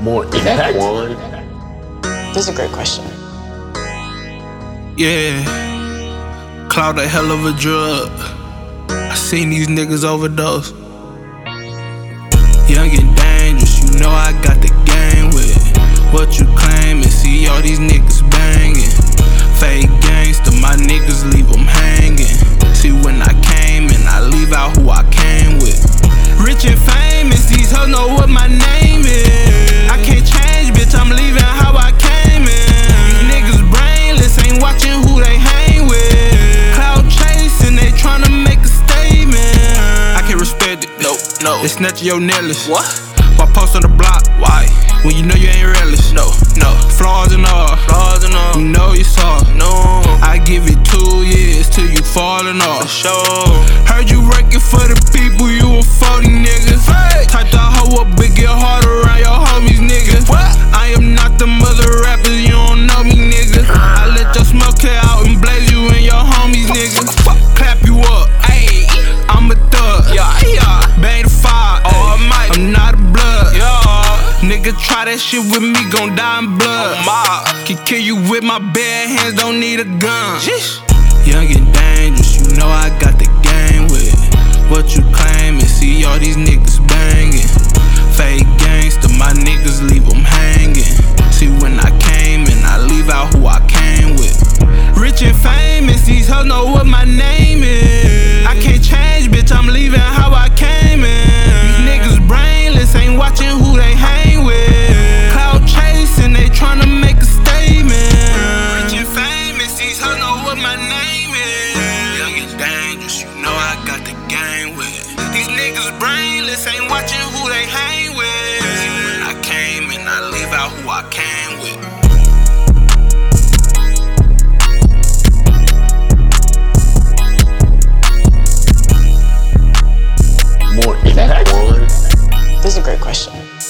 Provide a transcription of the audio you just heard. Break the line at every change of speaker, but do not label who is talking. more impact? One.
This is a great question.
Yeah, cloud a hell of a drug. I seen these niggas overdose. Young and dangerous, you know I got the game with it. What you claiming? See all these niggas banging. Fake gangster, my niggas leave 'em hanging. See when I came and I leave out who I came with. Rich and famous, these hoes know what my name is. I can't change, bitch, I'm leaving how I came in. Niggas brainless, ain't watching who they hang with. Cloud chasing, they tryna make a statement. I can't respect it, no, no. They snatching your necklace. What? Why post on the block? Why? When you know you ain't realist, no, no. Flaws and all, flaws and all. You know you saw, no. I give it two years till you falling off. Show. Heard you working for the people, you a phony nigga. Type the hoe up, big get hard around your homies, nigga. What? I am not the mother rappers, you don't know me, nigga. I let your smoke clear out and blaze you and your homies, nigga. Clap you up, ayy. I'm a thug, yeah, yeah. Bang the fire, oh my. I'm not a blood, yeah. Nigga, try that shit with me, gon' die in blood. Can kill you with my bare hands, don't need a gun. Young and dangerous, you know I got the game with it. What you claiming? See all these niggas banging. Fake gangster, my niggas leave 'em hanging. See when I came and I leave out who I came with. Rich and famous, these hoes know what my name is. I can't change, bitch, I'm leaving how I came in. These niggas brainless, ain't watching who they hang with. Cloud chasing, they tryna make a statement. Rich and famous, these hoes know what my name is. Young and dangerous, you know I got the game with. These niggas brainless, ain't watching who they hang with. See, when I came and I leave out who I came with.
More impact? One.
This is a great question.